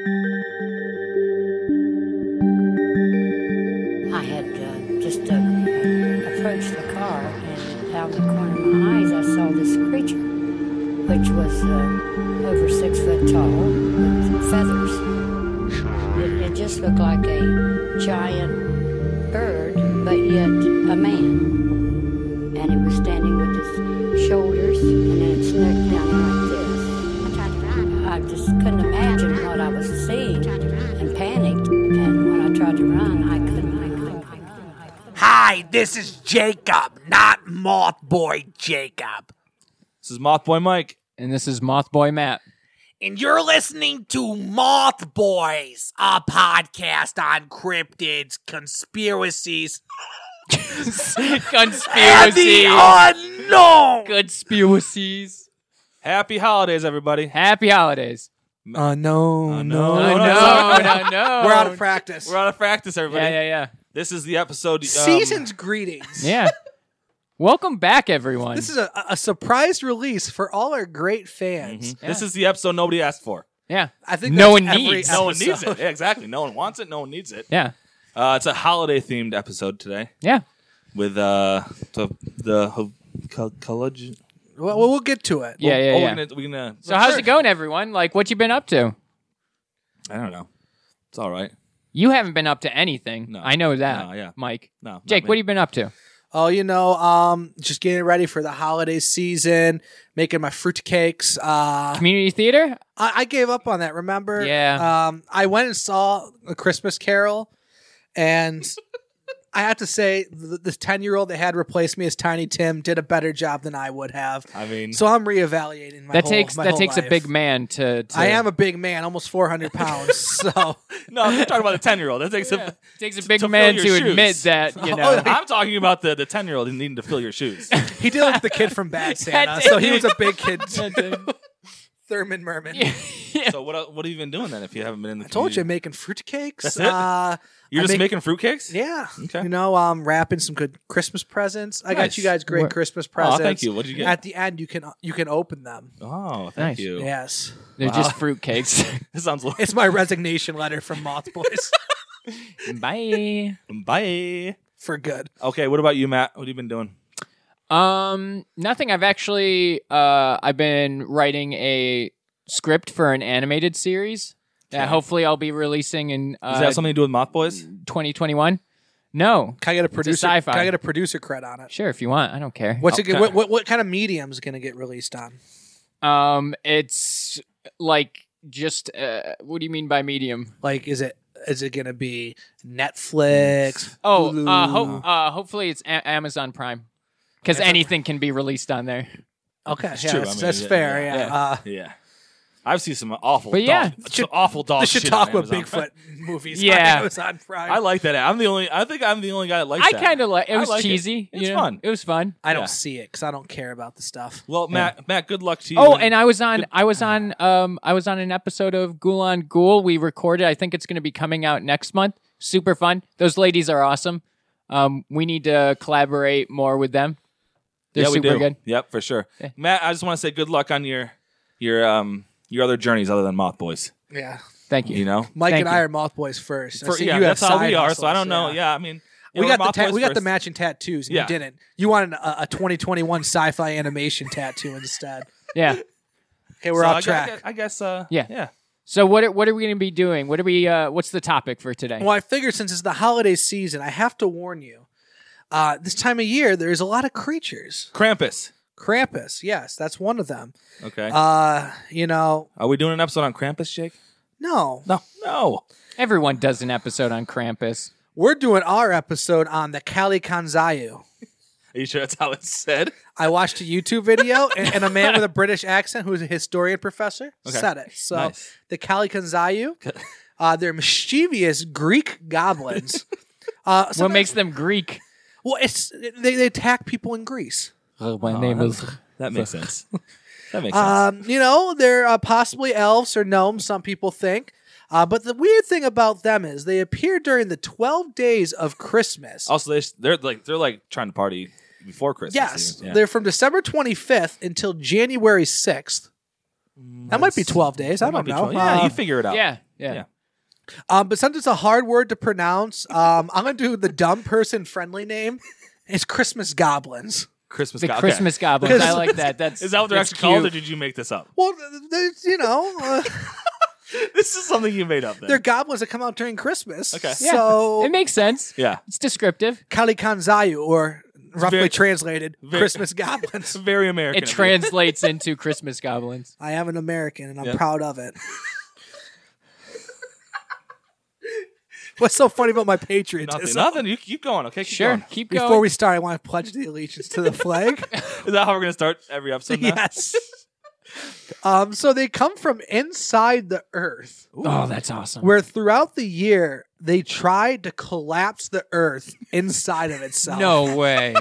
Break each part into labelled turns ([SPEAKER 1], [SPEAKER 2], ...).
[SPEAKER 1] uh, the corner of my eyes, I saw this creature, which was uh, over six foot tall with feathers. It, it just looked like a giant bird, but yet a man. And it was standing with its shoulders and then its neck down like this. I just couldn't imagine what I was seeing and panicked. And when I tried to run, I couldn't. I couldn't, I couldn't, I couldn't.
[SPEAKER 2] Hi, this is Jacob, not Mothboy Jacob.
[SPEAKER 3] This is Mothboy Mike.
[SPEAKER 4] And this is Mothboy Matt.
[SPEAKER 2] And you're listening to Moth Boys, a podcast on cryptids, conspiracies, and the
[SPEAKER 4] Conspiracies.
[SPEAKER 2] unknown.
[SPEAKER 4] Conspiracies.
[SPEAKER 3] Happy holidays, everybody.
[SPEAKER 4] Happy holidays.
[SPEAKER 5] Uh, no,
[SPEAKER 3] Uh,
[SPEAKER 5] no.
[SPEAKER 3] no,
[SPEAKER 4] no,
[SPEAKER 3] no,
[SPEAKER 4] no, no, no.
[SPEAKER 5] We're out of practice.
[SPEAKER 3] We're out of practice, everybody.
[SPEAKER 4] Yeah, yeah, yeah.
[SPEAKER 3] This is the episode. Um,
[SPEAKER 5] Season's greetings.
[SPEAKER 4] Yeah. Welcome back, everyone.
[SPEAKER 5] This is a, a surprise release for all our great fans.
[SPEAKER 3] Mhm. This is the episode nobody asked for.
[SPEAKER 4] Mm-hmm. yeah.
[SPEAKER 5] I think
[SPEAKER 4] No
[SPEAKER 5] that's
[SPEAKER 4] one
[SPEAKER 5] every
[SPEAKER 4] needs.
[SPEAKER 3] No one needs
[SPEAKER 5] episode.
[SPEAKER 3] it. Yeah, exactly. No one wants it. No one needs it.
[SPEAKER 4] Yeah.
[SPEAKER 3] Uh, it's a holiday themed episode today
[SPEAKER 4] Yeah.
[SPEAKER 3] with uh, the, the ho- co- college.
[SPEAKER 5] Well, well, we'll get to it.
[SPEAKER 4] Yeah, yeah,
[SPEAKER 3] oh,
[SPEAKER 4] yeah.
[SPEAKER 3] We're gonna, we're gonna,
[SPEAKER 4] So how's it going, everyone? Like, what you been up to?
[SPEAKER 3] I don't know. It's all right.
[SPEAKER 4] You haven't been up to anything.
[SPEAKER 3] No.
[SPEAKER 4] I know that.
[SPEAKER 3] No, yeah.
[SPEAKER 4] Mike.
[SPEAKER 3] No, not
[SPEAKER 4] Jake,
[SPEAKER 3] me.
[SPEAKER 4] what have you been up to?
[SPEAKER 5] Oh, you know, um, just getting ready for the holiday season, making my fruit cakes. Uh,
[SPEAKER 4] Community theater?
[SPEAKER 5] I, I gave up on that. Remember?
[SPEAKER 4] Yeah.
[SPEAKER 5] Um, I went and saw a Christmas Carol, and I have to say, the the ten year old that had replaced me as Tiny Tim did a better job than I would have.
[SPEAKER 3] I mean,
[SPEAKER 5] So I'm reevaluating my
[SPEAKER 4] that
[SPEAKER 5] whole-
[SPEAKER 4] takes
[SPEAKER 5] my
[SPEAKER 4] that
[SPEAKER 5] whole
[SPEAKER 4] takes a
[SPEAKER 5] life.
[SPEAKER 4] big man to, to
[SPEAKER 5] I am a big man, almost 400 pounds. so
[SPEAKER 3] no, I'm talking about the 10 year old. That takes a.
[SPEAKER 4] takes a big
[SPEAKER 3] to fill
[SPEAKER 4] man to
[SPEAKER 3] your shoes.
[SPEAKER 4] admit that, you
[SPEAKER 5] Oh,
[SPEAKER 4] know.
[SPEAKER 3] I'm talking about the the 10 year old needing to fill your shoes.
[SPEAKER 5] he did look the kid from Bad Santa.
[SPEAKER 4] did.
[SPEAKER 5] so he was a big kid. Thurman Merman.
[SPEAKER 3] so what el- what have you been doing then if you haven't been in the
[SPEAKER 5] I told you, I'm
[SPEAKER 3] community?
[SPEAKER 5] making fruitcakes.
[SPEAKER 3] That's it?
[SPEAKER 5] Uh,
[SPEAKER 3] You're
[SPEAKER 5] I
[SPEAKER 3] just
[SPEAKER 5] make-
[SPEAKER 3] making fruitcakes?
[SPEAKER 5] yeah.
[SPEAKER 3] Okay.
[SPEAKER 5] You know, I'm wrapping some good Christmas presents. I
[SPEAKER 3] Nice.
[SPEAKER 5] got you guys great
[SPEAKER 4] Wha-
[SPEAKER 5] Christmas
[SPEAKER 3] Oh,
[SPEAKER 5] presents.
[SPEAKER 3] thank you. What did you get?
[SPEAKER 5] At the end, you can you can open them.
[SPEAKER 3] Oh, thank
[SPEAKER 4] Nice.
[SPEAKER 3] you.
[SPEAKER 5] Yes.
[SPEAKER 4] They're just fruitcakes.
[SPEAKER 3] This sounds like
[SPEAKER 5] It's my resignation letter from Moth Boys
[SPEAKER 4] Bye.
[SPEAKER 3] bye.
[SPEAKER 5] for good.
[SPEAKER 3] Okay, what about you, Matt? What have you been doing?
[SPEAKER 4] Um, nothing. I've actually uh, I've been writing a script for an animated series that hopefully I'll be releasing in
[SPEAKER 3] Does
[SPEAKER 4] uh,
[SPEAKER 3] that have something to do with Moth Boys?
[SPEAKER 4] 2021. No,
[SPEAKER 5] Can I get a producer?
[SPEAKER 4] sci-fi.
[SPEAKER 5] Can I get a producer credit on it?
[SPEAKER 4] sure if you want. I don't care.
[SPEAKER 5] What's it?
[SPEAKER 3] Okay.
[SPEAKER 5] What, what what kind of medium is going to get released on?
[SPEAKER 4] Um, it's like just uh, what do you mean by medium?
[SPEAKER 5] Like, is it is it gonna be Netflix?
[SPEAKER 4] Oh, uh,
[SPEAKER 5] Hulu?
[SPEAKER 4] ho- uh, hopefully it's a- Amazon Prime because anything can be released on there.
[SPEAKER 5] okay,
[SPEAKER 3] It's
[SPEAKER 5] yeah,
[SPEAKER 3] true.
[SPEAKER 5] that's,
[SPEAKER 3] I mean,
[SPEAKER 5] that's
[SPEAKER 3] yeah,
[SPEAKER 5] fair.
[SPEAKER 3] yeah,
[SPEAKER 5] Yeah,
[SPEAKER 3] yeah.
[SPEAKER 5] Uh,
[SPEAKER 3] Yeah. I've seen some awful
[SPEAKER 4] But
[SPEAKER 3] dog-
[SPEAKER 4] yeah.
[SPEAKER 3] some awful dog
[SPEAKER 5] the
[SPEAKER 3] shit on
[SPEAKER 5] Chautauqua
[SPEAKER 3] Amazon.
[SPEAKER 5] Bigfoot movies.
[SPEAKER 4] Yeah.
[SPEAKER 5] on Amazon Prime.
[SPEAKER 3] I like that. I'm the only I think I'm the only guy that likes
[SPEAKER 4] I
[SPEAKER 3] that.
[SPEAKER 4] kind of like. It
[SPEAKER 3] I
[SPEAKER 4] was
[SPEAKER 3] like it.
[SPEAKER 4] cheesy. you
[SPEAKER 3] It's
[SPEAKER 4] know?
[SPEAKER 3] fun.
[SPEAKER 4] It was fun.
[SPEAKER 5] I don't
[SPEAKER 3] yeah.
[SPEAKER 5] see it because I don't care about the stuff.
[SPEAKER 3] Well, Matt, Matt, good luck to you.
[SPEAKER 4] Oh, and I was on I was on um I was on an episode of Ghoul on Ghoul. We recorded. I think it's going to be coming out next month. Super fun. Those ladies are awesome. Um, we need to collaborate more with them. They're
[SPEAKER 3] yeah, we
[SPEAKER 4] super
[SPEAKER 3] do.
[SPEAKER 4] good.
[SPEAKER 3] Yep, for sure. Matt, I just want to say good luck on your your um your other journeys other than Moth Boys.
[SPEAKER 5] Yeah,
[SPEAKER 4] Thank you.
[SPEAKER 3] You know,
[SPEAKER 5] Mike
[SPEAKER 4] Thank
[SPEAKER 5] and
[SPEAKER 4] you.
[SPEAKER 5] I are Moth Boys first. I
[SPEAKER 3] For-
[SPEAKER 5] see
[SPEAKER 3] yeah,
[SPEAKER 5] you have
[SPEAKER 3] that's how we
[SPEAKER 5] side
[SPEAKER 3] are.
[SPEAKER 5] hustles,
[SPEAKER 3] so I don't know. Yeah, I mean, yeah,
[SPEAKER 5] We
[SPEAKER 3] we're
[SPEAKER 5] got the
[SPEAKER 3] Moth
[SPEAKER 5] ta-
[SPEAKER 3] Boys
[SPEAKER 5] we got the
[SPEAKER 3] first.
[SPEAKER 5] matching tattoos. And
[SPEAKER 3] Yeah.
[SPEAKER 5] You didn't. You wanted a, a 2021 sci-fi animation tattoo instead.
[SPEAKER 4] Yeah.
[SPEAKER 5] Okay, we're
[SPEAKER 3] So I
[SPEAKER 5] off
[SPEAKER 3] gu-
[SPEAKER 5] track.
[SPEAKER 3] I guess, I guess uh,
[SPEAKER 4] Yeah.
[SPEAKER 3] yeah.
[SPEAKER 4] So what are, what are we going to be doing? What are we? Uh, what's the topic for today?
[SPEAKER 5] Well, I figured since it's the holiday season, I have to warn you. Uh, this time of year, there is a lot of creatures.
[SPEAKER 3] Krampus.
[SPEAKER 5] Krampus, yes, that's one of them.
[SPEAKER 3] Okay.
[SPEAKER 5] Uh, you know,
[SPEAKER 3] Are we doing an episode on Krampus, Jake?
[SPEAKER 5] no,
[SPEAKER 3] No, no.
[SPEAKER 4] Everyone does an episode on Krampus.
[SPEAKER 5] we're doing our episode on the Kali Kanzayu.
[SPEAKER 3] Are you sure that's how it's said?
[SPEAKER 5] I watched a YouTube video, and, and a man with a British accent who's a historian professor
[SPEAKER 3] Okay.
[SPEAKER 5] said it. So
[SPEAKER 3] Nice.
[SPEAKER 5] the Kali Kanzayu, uh, they're mischievous Greek goblins. Uh,
[SPEAKER 4] What
[SPEAKER 5] sometimes-
[SPEAKER 4] makes them Greek?
[SPEAKER 5] well, it's they, they attack people in Greece.
[SPEAKER 4] Oh, my
[SPEAKER 3] Oh,
[SPEAKER 4] name is.
[SPEAKER 3] That makes sense. That makes sense.
[SPEAKER 5] Um, you know, they're uh, possibly elves or gnomes, some people think. Uh, but the weird thing about them is they appear during the 12 days of Christmas.
[SPEAKER 3] also, they, they're like they're like trying to party before Christmas.
[SPEAKER 5] yes,
[SPEAKER 3] even. Yeah.
[SPEAKER 5] they're from December 25th until January 6th. That might be 12 days. I
[SPEAKER 3] Might
[SPEAKER 5] don't
[SPEAKER 3] be
[SPEAKER 5] know.
[SPEAKER 3] tw- Yeah,
[SPEAKER 5] Uh,
[SPEAKER 3] you figure it out.
[SPEAKER 4] Yeah, yeah.
[SPEAKER 3] Yeah.
[SPEAKER 5] um, but since it's a hard word to pronounce, um, I'm going to do the dumb person friendly name. It's Christmas Goblins.
[SPEAKER 3] Christmas
[SPEAKER 4] The
[SPEAKER 3] goblin.
[SPEAKER 4] Christmas goblins. I like that. That's
[SPEAKER 3] Is that what they're
[SPEAKER 4] that's
[SPEAKER 3] actually called, or
[SPEAKER 4] cute.
[SPEAKER 3] did you make this up?
[SPEAKER 5] Well, th- th- you know, uh,
[SPEAKER 3] This is something you made up. Then.
[SPEAKER 5] they're goblins that come out during Christmas.
[SPEAKER 3] Okay.
[SPEAKER 4] Yeah,
[SPEAKER 5] So
[SPEAKER 4] it makes sense.
[SPEAKER 3] yeah,
[SPEAKER 4] It's descriptive.
[SPEAKER 5] Kali Kanzayu, or roughly
[SPEAKER 3] very-
[SPEAKER 5] translated,
[SPEAKER 3] very-
[SPEAKER 5] Christmas goblins.
[SPEAKER 3] it's very American.
[SPEAKER 4] It
[SPEAKER 3] of you.
[SPEAKER 4] translates into Christmas goblins.
[SPEAKER 5] I am an American and I'm
[SPEAKER 3] Yeah.
[SPEAKER 5] proud of it. What's so funny about my patriotism?
[SPEAKER 3] Nothing. Nothing. You keep going. Okay, keep
[SPEAKER 4] Sure,
[SPEAKER 3] going.
[SPEAKER 4] keep going.
[SPEAKER 5] Before we start, I want to pledge the allegiance to the flag.
[SPEAKER 3] Is that how we're gonna start every episode? Now?
[SPEAKER 5] yes. Um, so they come from inside the earth,
[SPEAKER 4] oh, that's awesome.
[SPEAKER 5] where throughout the year they try to collapse the earth inside of itself.
[SPEAKER 4] No way.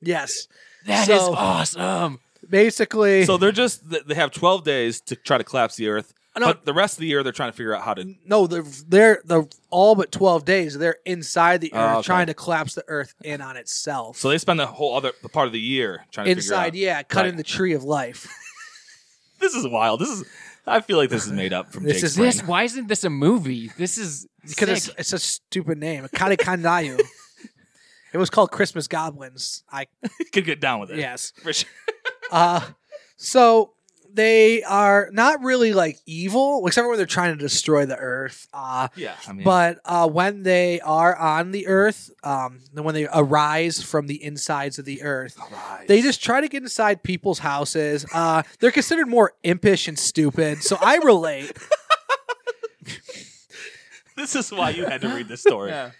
[SPEAKER 5] Yes.
[SPEAKER 4] That is
[SPEAKER 5] So-
[SPEAKER 4] awesome.
[SPEAKER 5] Basically,
[SPEAKER 3] So they're just th- they have 12 days to try to collapse the Earth,
[SPEAKER 5] No.
[SPEAKER 3] but the rest of the year they're trying to figure out how to.
[SPEAKER 5] no, they're, they're they're all but twelve days. They're inside the
[SPEAKER 3] Oh,
[SPEAKER 5] earth,
[SPEAKER 3] okay.
[SPEAKER 5] trying to collapse the earth in on itself.
[SPEAKER 3] So they spend the whole other the part of the year trying to
[SPEAKER 5] inside,
[SPEAKER 3] figure out.
[SPEAKER 5] yeah, cutting
[SPEAKER 3] Right.
[SPEAKER 5] the tree of life.
[SPEAKER 3] This is wild. This is. I feel like this is made up from
[SPEAKER 5] This
[SPEAKER 3] Jake's
[SPEAKER 5] is-
[SPEAKER 3] brain.
[SPEAKER 4] This why isn't this a movie? This is
[SPEAKER 5] because it's,
[SPEAKER 4] sick.
[SPEAKER 5] it's a stupid name. Karikandayu. it was called Christmas Goblins. I
[SPEAKER 3] could get down with it.
[SPEAKER 5] yes.
[SPEAKER 3] For sure.
[SPEAKER 5] Uh, so they are not really like evil, except for when they're trying to destroy the Earth. Uh,
[SPEAKER 3] Yeah. I mean,
[SPEAKER 5] but uh, when they are on the Earth, um, then when they arise from the insides of the Earth, they just try to get inside people's houses. Uh, they're considered more impish and stupid, so I relate.
[SPEAKER 3] this is why you had to read this story.
[SPEAKER 4] Yeah.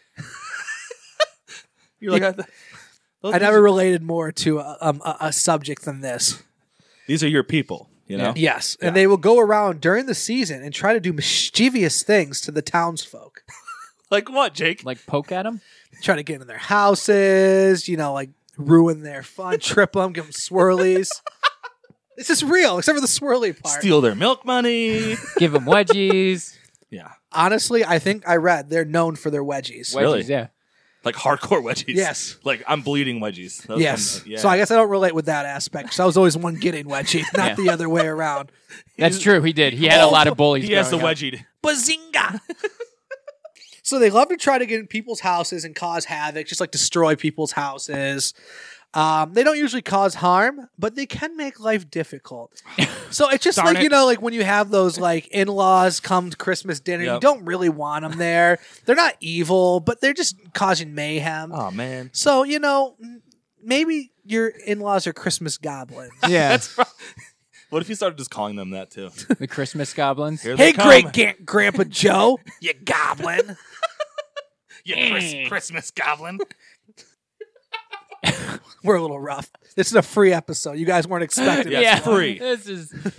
[SPEAKER 3] You're like, I, those-
[SPEAKER 5] I never related more to a, um, a, a subject than this.
[SPEAKER 3] These are your people. You know.
[SPEAKER 5] Yes, and they will go around during the season and try to do mischievous things to the townsfolk.
[SPEAKER 3] Like what, Jake?
[SPEAKER 4] like poke at him.
[SPEAKER 5] try to get in their houses, you know, like ruin their fun, trip them, give them swirlies. this is real, except for the swirly part.
[SPEAKER 3] Steal their milk money.
[SPEAKER 4] Give him wedgies.
[SPEAKER 3] yeah.
[SPEAKER 5] Honestly, I think I read they're known for their wedgies.
[SPEAKER 4] wedgies
[SPEAKER 3] Really?
[SPEAKER 4] Yeah.
[SPEAKER 3] Like hardcore wedgies.
[SPEAKER 5] Yes.
[SPEAKER 3] Like I'm bleeding wedgies. That was
[SPEAKER 5] Yes.
[SPEAKER 3] one- yeah.
[SPEAKER 5] So I guess I don't relate with that aspect. So I was always one getting wedgie, not
[SPEAKER 4] Yeah.
[SPEAKER 5] the other way around.
[SPEAKER 4] That's true. He did. He had a lot of bullies.
[SPEAKER 3] he has the
[SPEAKER 4] growing up.
[SPEAKER 3] wedgie.
[SPEAKER 5] Bazinga! so they love to try to get in people's houses and cause havoc, just like destroy people's houses. Um, they don't usually cause harm, but they can make life difficult. So it's just
[SPEAKER 3] Darn
[SPEAKER 5] like
[SPEAKER 3] it.
[SPEAKER 5] you know, like when you have those like in-laws come to Christmas dinner, you
[SPEAKER 3] Yep.
[SPEAKER 5] don't really want them there. They're not evil, but they're just causing mayhem.
[SPEAKER 3] Oh man.
[SPEAKER 5] So you know, m- maybe your in-laws are Christmas goblins.
[SPEAKER 4] Yeah.
[SPEAKER 3] What if you started just calling them that too?
[SPEAKER 4] the Christmas goblins.
[SPEAKER 3] Here
[SPEAKER 5] hey,
[SPEAKER 3] they come.
[SPEAKER 5] great gran- Grandpa Joe, you goblin. Mm.
[SPEAKER 3] You Chris- Christmas goblin.
[SPEAKER 5] We're a little rough. This is a free episode. You guys weren't expecting. this.
[SPEAKER 3] Yeah. it's free.
[SPEAKER 4] This is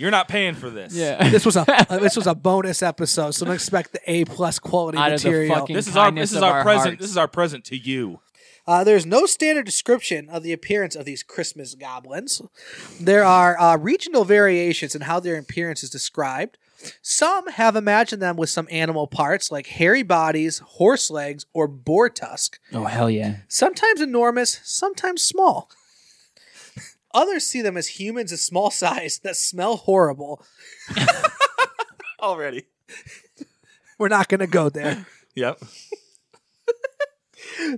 [SPEAKER 3] You're not paying for this.
[SPEAKER 4] yeah.
[SPEAKER 5] This was a uh, this was a bonus episode, so don't expect the A plus quality
[SPEAKER 4] Out of the
[SPEAKER 5] material.
[SPEAKER 4] fucking-
[SPEAKER 3] This is our
[SPEAKER 4] Kindness
[SPEAKER 3] this is
[SPEAKER 4] of
[SPEAKER 3] our,
[SPEAKER 4] our
[SPEAKER 3] present.
[SPEAKER 4] hearts.
[SPEAKER 3] This is our present to you.
[SPEAKER 5] Uh, there's no standard description of the appearance of these Christmas goblins. There are uh, regional variations in how their appearance is described. Some have imagined them with some animal parts like hairy bodies, horse legs, or boar tusk,
[SPEAKER 4] Oh hell yeah.
[SPEAKER 5] sometimes enormous, sometimes small. Others see them as humans of small size that smell horrible.
[SPEAKER 3] Already.
[SPEAKER 5] We're not going to go there.
[SPEAKER 3] Yep.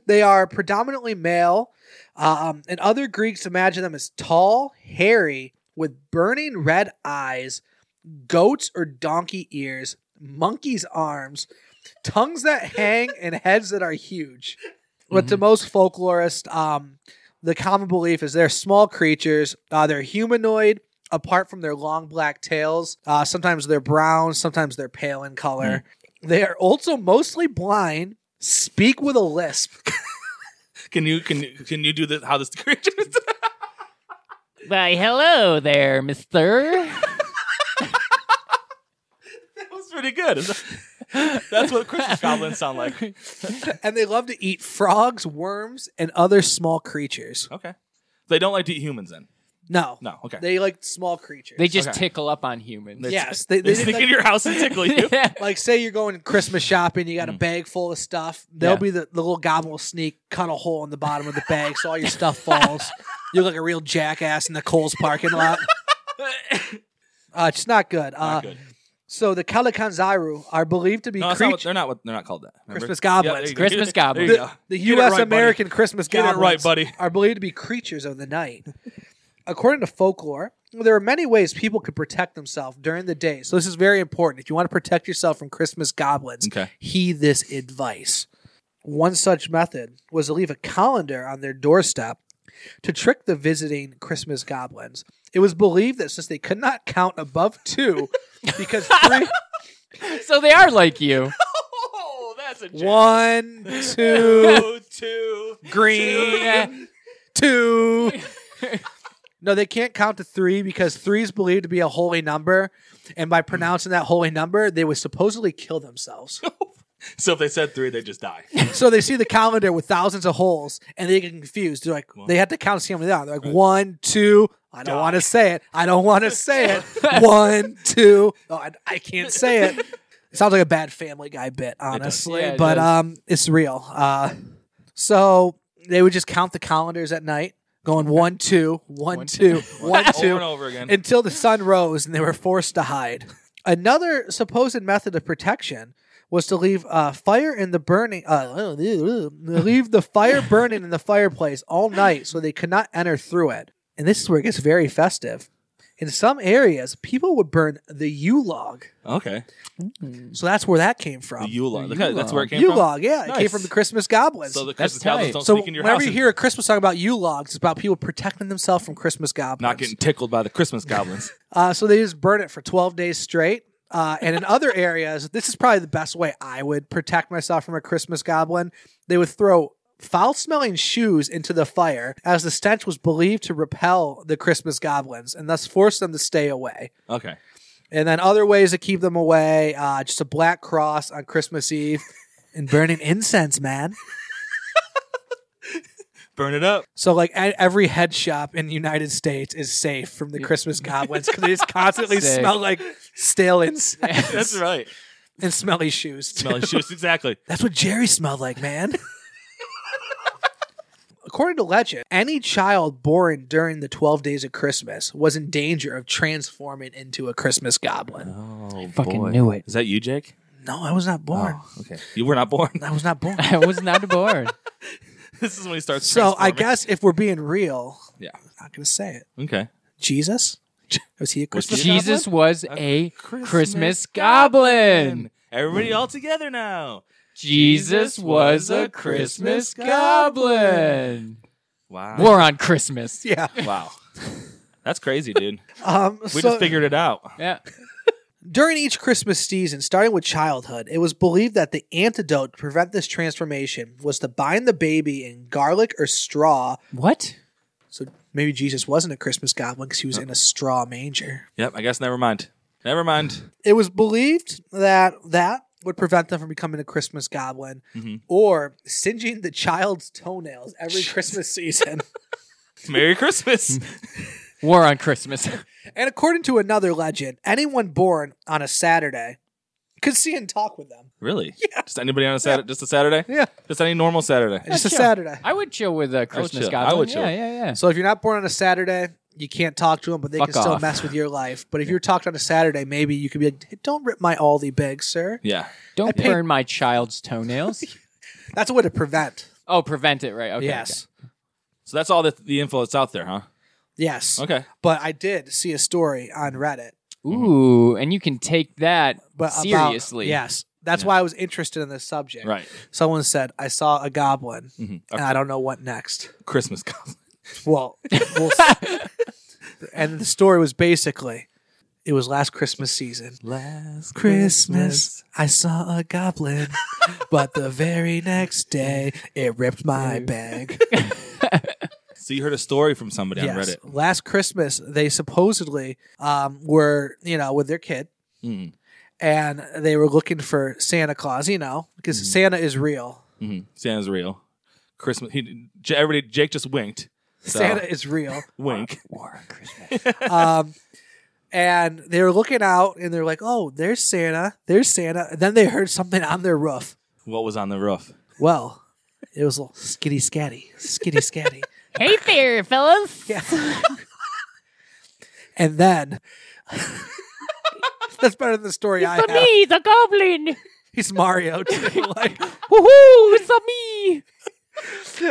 [SPEAKER 5] They are predominantly male, um, and other Greeks imagine them as tall, hairy, with burning red eyes, goats or donkey ears, monkey's arms, tongues that hang, and heads that are huge. But to most folklorists, um, the common belief is they're small creatures. Uh, they're humanoid, apart from their long black tails. Uh, sometimes they're brown, sometimes they're pale in color. They are also mostly blind, speak with a lisp.
[SPEAKER 3] Can you can you- can you do this? How this creature? is-
[SPEAKER 4] Why, hello there, Mister.
[SPEAKER 3] that was pretty good. That's what Christmas goblins sound like.
[SPEAKER 5] and they love to eat frogs, worms, and other small creatures.
[SPEAKER 3] Okay. They don't like to eat humans then.
[SPEAKER 5] No,
[SPEAKER 3] No. Okay.
[SPEAKER 5] they like small creatures.
[SPEAKER 4] They just
[SPEAKER 3] Okay.
[SPEAKER 4] tickle up on humans.
[SPEAKER 5] yes, they,
[SPEAKER 3] They
[SPEAKER 5] they,
[SPEAKER 3] sneak
[SPEAKER 5] like,
[SPEAKER 3] in your house and tickle you.
[SPEAKER 4] Yeah.
[SPEAKER 5] like say you're going Christmas shopping, you got
[SPEAKER 3] Mm.
[SPEAKER 5] a bag full of stuff. They'll
[SPEAKER 4] Yeah.
[SPEAKER 5] be the, the little goblin will sneak, cut a hole in the bottom of the bag, so all your stuff falls. You look like a real jackass in the Coles parking lot. Uh, it's not good. Uh,
[SPEAKER 3] Not good.
[SPEAKER 5] So the Kalakanzaru are believed to be
[SPEAKER 3] No, that's not what,
[SPEAKER 5] creatures.
[SPEAKER 3] they're not. What, they're not called that. remember?
[SPEAKER 5] Christmas
[SPEAKER 3] Yeah,
[SPEAKER 5] goblins.
[SPEAKER 3] there you go. There you
[SPEAKER 4] Christmas goblins.
[SPEAKER 3] go.
[SPEAKER 5] The
[SPEAKER 3] Get it
[SPEAKER 5] U.S.
[SPEAKER 3] right, buddy.
[SPEAKER 5] American Christmas
[SPEAKER 3] Get it
[SPEAKER 5] goblins
[SPEAKER 3] right, buddy.
[SPEAKER 5] are believed to be creatures of the night. According to folklore, there are many ways people could protect themselves during the day. So this is very important. If you want to protect yourself from Christmas goblins,
[SPEAKER 3] Okay.
[SPEAKER 5] heed this advice. One such method was to leave a colander on their doorstep to trick the visiting Christmas goblins. It was believed that since they could not count above two, because three,
[SPEAKER 4] So they are like you.
[SPEAKER 3] Oh, that's a
[SPEAKER 5] one, two,
[SPEAKER 3] two.
[SPEAKER 5] green,
[SPEAKER 4] Yeah.
[SPEAKER 5] two. no, they can't count to three because three is believed to be a holy number, and by pronouncing that holy number, they would supposedly kill themselves.
[SPEAKER 3] So if they said three, they just die.
[SPEAKER 5] so they see the calendar with thousands of holes, and they get confused. They're like, they have to count to see how many they are. They're like, one, two. I don't want to say it. I don't want to say it. one, two. Oh, I, I can't say it. It sounds like a bad Family Guy bit, honestly,
[SPEAKER 4] Yeah, it
[SPEAKER 5] but
[SPEAKER 4] does.
[SPEAKER 5] um, it's real. Uh, so they would just count the calendars at night, going one, two, one,
[SPEAKER 4] One,
[SPEAKER 5] two, one,
[SPEAKER 3] Over
[SPEAKER 5] two,
[SPEAKER 3] and over again.
[SPEAKER 5] until the sun rose and they were forced to hide. Another supposed method of protection was to leave uh, fire in the burning, uh, leave the fire burning in the fireplace all night so they could not enter through it. And this is where it gets very festive. In some areas, people would burn the Yule log.
[SPEAKER 3] okay.
[SPEAKER 5] So that's where that came from.
[SPEAKER 3] The Yule log. Look at- That's where it came
[SPEAKER 5] Um, Yule
[SPEAKER 3] from.
[SPEAKER 5] log, yeah, it came
[SPEAKER 3] Nice.
[SPEAKER 5] from the Christmas goblins.
[SPEAKER 3] So the
[SPEAKER 4] That's
[SPEAKER 3] Christmas goblins
[SPEAKER 4] tight.
[SPEAKER 3] don't
[SPEAKER 5] So
[SPEAKER 3] sneak in your
[SPEAKER 5] whenever
[SPEAKER 3] house.
[SPEAKER 5] you
[SPEAKER 3] and
[SPEAKER 5] hear a Christmas song about Yule logs, it's about people protecting themselves from Christmas goblins.
[SPEAKER 3] not getting tickled by the Christmas goblins.
[SPEAKER 5] Uh, so they just burn it for 12 days straight. Uh, and in other areas, this is probably the best way I would protect myself from a Christmas goblin. They would throw foul smelling shoes into the fire, as the stench was believed to repel the Christmas goblins and thus force them to stay away.
[SPEAKER 3] Okay.
[SPEAKER 5] And then other ways to keep them away uh, just a black cross on Christmas Eve and burning incense, man.
[SPEAKER 3] Burn it up.
[SPEAKER 5] So like e- every head shop in the United States is safe from the Christmas goblins because they just constantly
[SPEAKER 4] Sick.
[SPEAKER 5] smell like stale incense
[SPEAKER 3] That's right.
[SPEAKER 5] and smelly shoes. too.
[SPEAKER 3] Smelly shoes. Exactly.
[SPEAKER 5] That's what Jerry smelled like, man. According to legend, any child born during the 12 days of Christmas was in danger of transforming into a Christmas goblin.
[SPEAKER 3] Oh,
[SPEAKER 4] fucking knew it.
[SPEAKER 3] Is that you, Jake?
[SPEAKER 5] No, I was not born.
[SPEAKER 3] Okay. You were not born.
[SPEAKER 5] I was not born.
[SPEAKER 4] I was not born.
[SPEAKER 3] this is when he starts.
[SPEAKER 5] so I
[SPEAKER 3] transforming.
[SPEAKER 5] guess if we're being real,
[SPEAKER 3] Yeah.
[SPEAKER 5] I'm not going to say it.
[SPEAKER 3] Okay.
[SPEAKER 5] Jesus? Was he a Christmas goblin?
[SPEAKER 4] Jesus was a Christmas, goblin.
[SPEAKER 3] Everybody all together now.
[SPEAKER 4] Jesus was a Christmas goblin.
[SPEAKER 3] Wow.
[SPEAKER 4] War on Christmas.
[SPEAKER 5] Yeah.
[SPEAKER 3] Wow. That's crazy, dude.
[SPEAKER 5] Um,
[SPEAKER 3] We
[SPEAKER 5] so
[SPEAKER 3] just figured it out.
[SPEAKER 4] Yeah.
[SPEAKER 5] during each Christmas season, starting with childhood, it was believed that the antidote to prevent this transformation was to bind the baby in garlic or straw.
[SPEAKER 4] What?
[SPEAKER 5] So maybe Jesus wasn't a Christmas goblin because he was in a straw manger.
[SPEAKER 3] Yep. I guess never mind. Never mind.
[SPEAKER 5] It was believed that that would prevent them from becoming a Christmas goblin
[SPEAKER 4] Mm-hmm.
[SPEAKER 5] or singeing the child's toenails every Christmas season.
[SPEAKER 3] Merry Christmas.
[SPEAKER 4] War on Christmas.
[SPEAKER 5] And according to another legend, anyone born on a Saturday could see and talk with them.
[SPEAKER 3] really? Yeah. Just anybody on a Saturday? Just a Saturday?
[SPEAKER 5] Yeah.
[SPEAKER 3] Just any normal Saturday.
[SPEAKER 5] It's just a
[SPEAKER 4] chill.
[SPEAKER 5] Saturday.
[SPEAKER 4] I would chill with a
[SPEAKER 3] chill.
[SPEAKER 4] Christmas
[SPEAKER 3] I
[SPEAKER 4] goblin.
[SPEAKER 3] would
[SPEAKER 4] Yeah,
[SPEAKER 3] chill.
[SPEAKER 4] yeah, yeah.
[SPEAKER 5] So if you're not born on a Saturday, you can't talk to them, but they
[SPEAKER 4] Fuck
[SPEAKER 5] can still
[SPEAKER 4] off.
[SPEAKER 5] mess with your life. But if you're talked on a Saturday, maybe you could be like, hey, "Don't rip my Aldi bag, sir."
[SPEAKER 3] Yeah.
[SPEAKER 4] Don't
[SPEAKER 5] paid-
[SPEAKER 4] burn my child's toenails.
[SPEAKER 5] That's a way to prevent.
[SPEAKER 4] oh, prevent it, right? Okay.
[SPEAKER 5] yes,
[SPEAKER 3] So that's all the, the info that's out there, huh?
[SPEAKER 5] yes.
[SPEAKER 3] Okay.
[SPEAKER 5] But I did see a story on Reddit,
[SPEAKER 4] okay. Ooh, and you can take that
[SPEAKER 5] but about-
[SPEAKER 4] seriously.
[SPEAKER 5] yes. That's why I was interested in this subject.
[SPEAKER 3] Right.
[SPEAKER 5] Someone said I saw a goblin, and I don't know what next.
[SPEAKER 3] Christmas goblin.
[SPEAKER 5] Well, we'll s- and the story was basically it was last Christmas season.
[SPEAKER 3] Last
[SPEAKER 5] Christmas, I saw a goblin, but the very next day it ripped my bag.
[SPEAKER 3] So you heard a story from somebody on
[SPEAKER 5] Yes.
[SPEAKER 3] Reddit.
[SPEAKER 5] Last Christmas, they supposedly um, were, you know, with their kid
[SPEAKER 3] Mhm.
[SPEAKER 5] and they were looking for Santa Claus, you know, because Santa is real.
[SPEAKER 3] Mm-hmm. Santa's real. Christmas. He, J- everybody. Jake just winked. So,
[SPEAKER 5] Santa is real.
[SPEAKER 3] wink.
[SPEAKER 4] War on Christmas.
[SPEAKER 5] um, and they were looking out and they're like, oh, there's Santa. There's Santa. And then they heard something on their roof.
[SPEAKER 3] What was on the roof?
[SPEAKER 5] Well, it was a little skitty scatty, skitty scatty.
[SPEAKER 4] hey there, fellas.
[SPEAKER 5] Yeah. and then That's better than the story I have.
[SPEAKER 4] the goblin.
[SPEAKER 5] He's Mario. Too. like,
[SPEAKER 4] Woohoo! It's a me.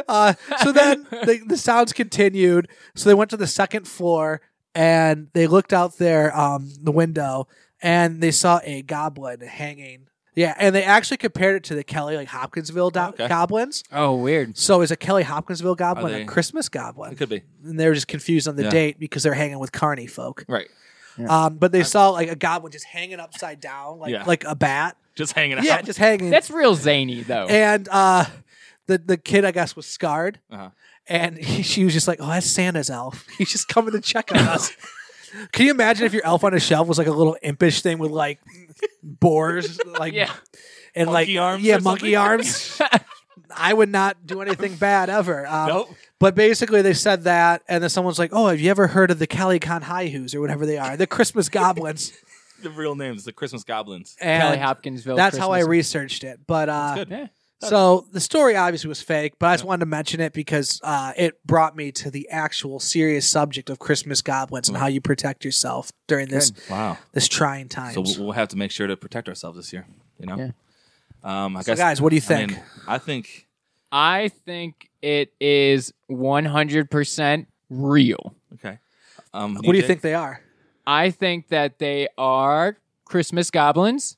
[SPEAKER 5] uh, so then the, the sounds continued. So they went to the second floor and they looked out their um, the window and they saw a goblin hanging. Yeah, and they actually compared it to the Kelly like Hopkinsville do-
[SPEAKER 3] Okay.
[SPEAKER 5] goblins.
[SPEAKER 4] Oh, weird.
[SPEAKER 5] So is a Kelly Hopkinsville goblin
[SPEAKER 3] they-
[SPEAKER 5] a Christmas goblin?
[SPEAKER 3] It could be
[SPEAKER 5] and they were just confused on the
[SPEAKER 3] Yeah.
[SPEAKER 5] date because they're hanging with carny folk.
[SPEAKER 3] right.
[SPEAKER 5] Um, but they saw like a goblin just hanging upside down, like
[SPEAKER 3] Yeah.
[SPEAKER 5] like a bat. Um,
[SPEAKER 3] Just hanging out.
[SPEAKER 5] Yeah, just hanging.
[SPEAKER 4] That's real zany, though.
[SPEAKER 5] and uh, the the kid I guess was scarred,
[SPEAKER 3] Uh-huh.
[SPEAKER 5] and he, she was just like, "Oh, that's Santa's elf. He's just coming to check on us." Can you imagine if your elf on a shelf was like a little impish thing with like boars, like
[SPEAKER 4] yeah.
[SPEAKER 5] and
[SPEAKER 3] Monkey
[SPEAKER 5] like
[SPEAKER 3] arms
[SPEAKER 5] yeah,
[SPEAKER 3] or
[SPEAKER 5] monkey
[SPEAKER 3] something?
[SPEAKER 5] arms. I would not do anything bad ever. Um,
[SPEAKER 3] Nope.
[SPEAKER 5] But basically, they said that, and then someone's like, "Oh, have you ever heard of the Calicon Haihoos or whatever they are, the Christmas goblins?"
[SPEAKER 3] the real names, the Christmas goblins.
[SPEAKER 5] And
[SPEAKER 4] Kelly Hopkinsville.
[SPEAKER 5] That's how I
[SPEAKER 4] Christmas.
[SPEAKER 5] researched it. But uh,
[SPEAKER 3] Good.
[SPEAKER 4] Yeah.
[SPEAKER 5] so the story obviously was fake, but I just wanted to mention it because uh, it brought me to the actual serious subject of Christmas goblins and how you protect yourself during this
[SPEAKER 3] Wow.
[SPEAKER 5] this trying
[SPEAKER 3] So
[SPEAKER 5] times.
[SPEAKER 3] we'll we'll have to make sure to protect ourselves this year. You know. Um, I
[SPEAKER 5] So
[SPEAKER 3] guess.
[SPEAKER 5] guys, what do you
[SPEAKER 3] I
[SPEAKER 5] think?
[SPEAKER 3] mean, I think.
[SPEAKER 4] I think it is 100% real.
[SPEAKER 3] Okay. Um,
[SPEAKER 5] what do you
[SPEAKER 3] DJ?
[SPEAKER 5] think they are?
[SPEAKER 4] I think that they are Christmas goblins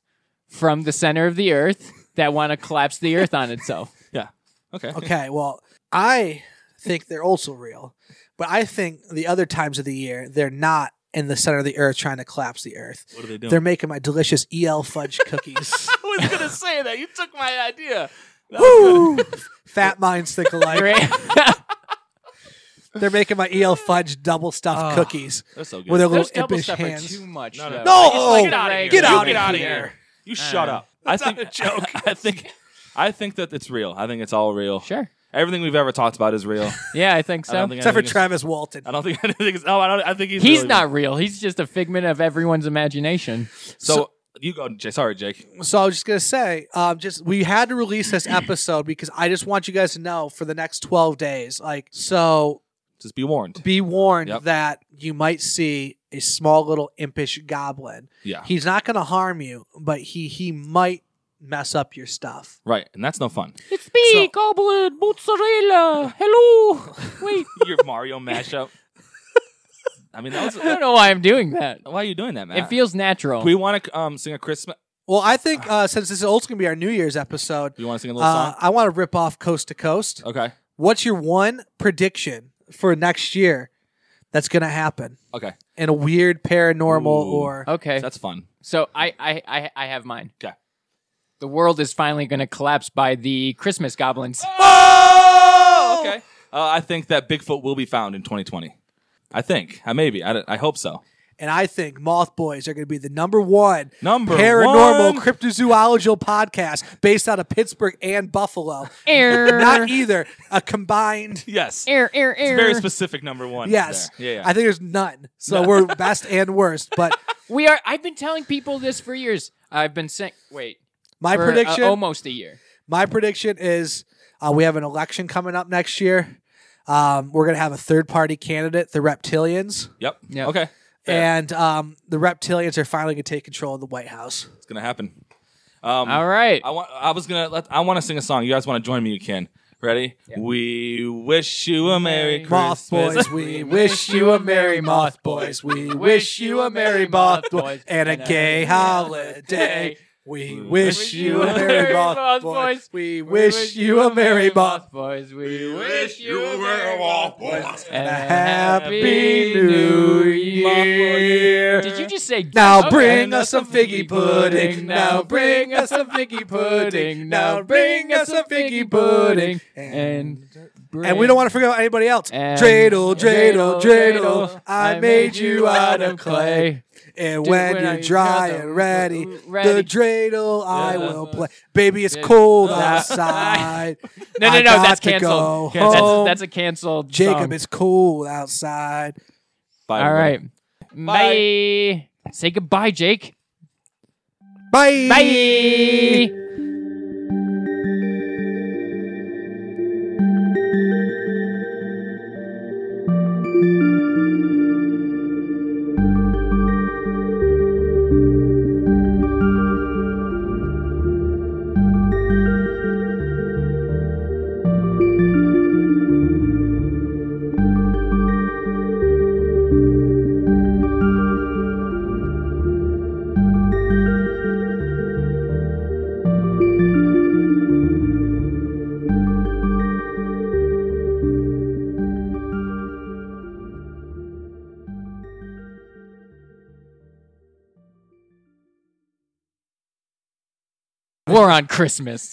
[SPEAKER 4] from the center of the earth that want to collapse the earth on itself.
[SPEAKER 3] Yeah. Okay.
[SPEAKER 5] Okay, well, I think they're also real, but I think the other times of the year they're not in the center of the earth trying to collapse the earth.
[SPEAKER 3] What are they doing?
[SPEAKER 5] They're making my delicious EL fudge cookies.
[SPEAKER 3] I was gonna say that. You took my idea.
[SPEAKER 5] Woo! Fat minds think alike.
[SPEAKER 4] Right?
[SPEAKER 5] They're making my EL fudge double stuffed
[SPEAKER 3] Oh.
[SPEAKER 5] cookies
[SPEAKER 3] That's so good.
[SPEAKER 5] with their little
[SPEAKER 4] Those double
[SPEAKER 5] impish
[SPEAKER 4] stuff are
[SPEAKER 5] hands.
[SPEAKER 4] too much.
[SPEAKER 3] No, no,
[SPEAKER 4] though.
[SPEAKER 3] no.
[SPEAKER 4] I just like
[SPEAKER 5] No!
[SPEAKER 4] it out of here.
[SPEAKER 5] Get
[SPEAKER 4] You
[SPEAKER 5] outta
[SPEAKER 4] get outta
[SPEAKER 3] here.
[SPEAKER 4] here.
[SPEAKER 3] you shut up. I think a joke. I think. I think that it's real. I think it's all real.
[SPEAKER 4] Sure.
[SPEAKER 3] Everything we've ever talked about is real.
[SPEAKER 4] Yeah, I
[SPEAKER 3] I
[SPEAKER 4] think so.
[SPEAKER 3] don't think
[SPEAKER 5] Except for
[SPEAKER 3] anything is-
[SPEAKER 5] Travis Walton.
[SPEAKER 3] I don't think. I don't think. It's, oh, I don't. I think he's.
[SPEAKER 4] He's
[SPEAKER 3] really-
[SPEAKER 4] not real. He's just a figment of everyone's imagination.
[SPEAKER 3] So, you go. Jay. Sorry, Jake.
[SPEAKER 5] So I was just gonna say, um, just we had to release this episode because I just want you guys to know for the next twelve days. Like, so
[SPEAKER 3] Just be warned.
[SPEAKER 5] be warned
[SPEAKER 3] Yep.
[SPEAKER 5] that you might see a small little impish goblin.
[SPEAKER 3] Yeah.
[SPEAKER 5] He's not gonna harm you, but he he might mess up your stuff.
[SPEAKER 3] Right, and that's no fun.
[SPEAKER 4] It's me,
[SPEAKER 5] So-
[SPEAKER 4] goblin, mozzarella. Hello. Wait.
[SPEAKER 3] Your Mario mashup. I mean, that was,
[SPEAKER 4] I don't know why I'm doing that.
[SPEAKER 3] why are you doing that, man?
[SPEAKER 4] It feels natural.
[SPEAKER 3] We want to um, sing a Christmas.
[SPEAKER 5] Well, I think uh, since this is also gonna be our New Year's episode,
[SPEAKER 3] You want to sing a little
[SPEAKER 5] uh, I want to rip off coast to coast.
[SPEAKER 3] song? Okay.
[SPEAKER 5] What's your one prediction for next year that's gonna happen?
[SPEAKER 3] Okay.
[SPEAKER 5] in a weird paranormal
[SPEAKER 3] Ooh.
[SPEAKER 5] or
[SPEAKER 4] okay.
[SPEAKER 3] That's fun.
[SPEAKER 4] So I, I, I, I have mine.
[SPEAKER 3] Okay.
[SPEAKER 4] The world is finally going to collapse by the Christmas goblins.
[SPEAKER 3] Oh! Okay. Uh, I think that Bigfoot will be found in 2020. I think. I maybe. I, I hope so.
[SPEAKER 5] and I think Moth Boys are going to be the number one
[SPEAKER 3] Number
[SPEAKER 5] paranormal
[SPEAKER 3] one.
[SPEAKER 5] cryptozoological podcast based out of Pittsburgh and Buffalo.
[SPEAKER 4] Err.
[SPEAKER 5] Not either a combined.
[SPEAKER 3] Yes.
[SPEAKER 4] Air, air,
[SPEAKER 3] It's
[SPEAKER 4] air.
[SPEAKER 3] very specific number one.
[SPEAKER 5] Yes,
[SPEAKER 3] there. Yeah. yeah.
[SPEAKER 5] I think there's none. So we're best and worst. But
[SPEAKER 4] We are. I've been telling people this for years. I've been saying. Wait.
[SPEAKER 5] my
[SPEAKER 4] for, uh,
[SPEAKER 5] prediction,
[SPEAKER 3] oh
[SPEAKER 4] almost a year.
[SPEAKER 5] my prediction is uh, we have an election coming up next year. Um, we're going to have a third party candidate, the Reptilians,
[SPEAKER 3] yep.
[SPEAKER 4] Yeah.
[SPEAKER 3] Okay.
[SPEAKER 5] and um, the Reptilians are finally going to take control of the White House.
[SPEAKER 3] It's gonna happen. Um,
[SPEAKER 4] All right.
[SPEAKER 3] I want. I was gonna. Let, I want to sing a song. You guys want to join me? You can. Ready? We wish you a merry
[SPEAKER 5] Moth
[SPEAKER 3] Christmas.
[SPEAKER 5] boys, we wish you a merry moth boys. We wish you a merry moth boys and a gay holiday. We wish you a merry moth boys. We wish you a merry moth
[SPEAKER 4] boys. We
[SPEAKER 2] wish you a merry moth boys.
[SPEAKER 5] and a happy new year.
[SPEAKER 4] Did you just say
[SPEAKER 5] Now
[SPEAKER 4] Okay.
[SPEAKER 5] bring us some figgy pudding. Now bring us some figgy pudding. Now bring us some figgy pudding.
[SPEAKER 4] And
[SPEAKER 5] And we don't want to forget about anybody else.
[SPEAKER 4] And-
[SPEAKER 5] dreidel, dreidel,
[SPEAKER 4] dreidel,
[SPEAKER 5] dreidel. I made you out of clay. And
[SPEAKER 4] Dude,
[SPEAKER 5] when,
[SPEAKER 4] when
[SPEAKER 5] you're
[SPEAKER 4] I-
[SPEAKER 5] dry
[SPEAKER 4] you're the-
[SPEAKER 5] and ready,
[SPEAKER 4] w- ready.
[SPEAKER 5] the dreidel I
[SPEAKER 3] Yeah.
[SPEAKER 5] will play. Baby, it's
[SPEAKER 4] Yeah.
[SPEAKER 5] cold
[SPEAKER 4] Uh,
[SPEAKER 5] outside.
[SPEAKER 4] No, no,
[SPEAKER 5] I
[SPEAKER 4] no.
[SPEAKER 5] got
[SPEAKER 4] That's
[SPEAKER 5] to go
[SPEAKER 4] canceled. That's,
[SPEAKER 5] home.
[SPEAKER 4] that's a canceled.
[SPEAKER 5] Jacob,
[SPEAKER 4] song.
[SPEAKER 5] it's cold outside.
[SPEAKER 3] Bye,
[SPEAKER 4] All
[SPEAKER 3] everybody.
[SPEAKER 4] right. Bye. Say goodbye, Jake.
[SPEAKER 5] Bye.
[SPEAKER 4] Bye. We're on Christmas.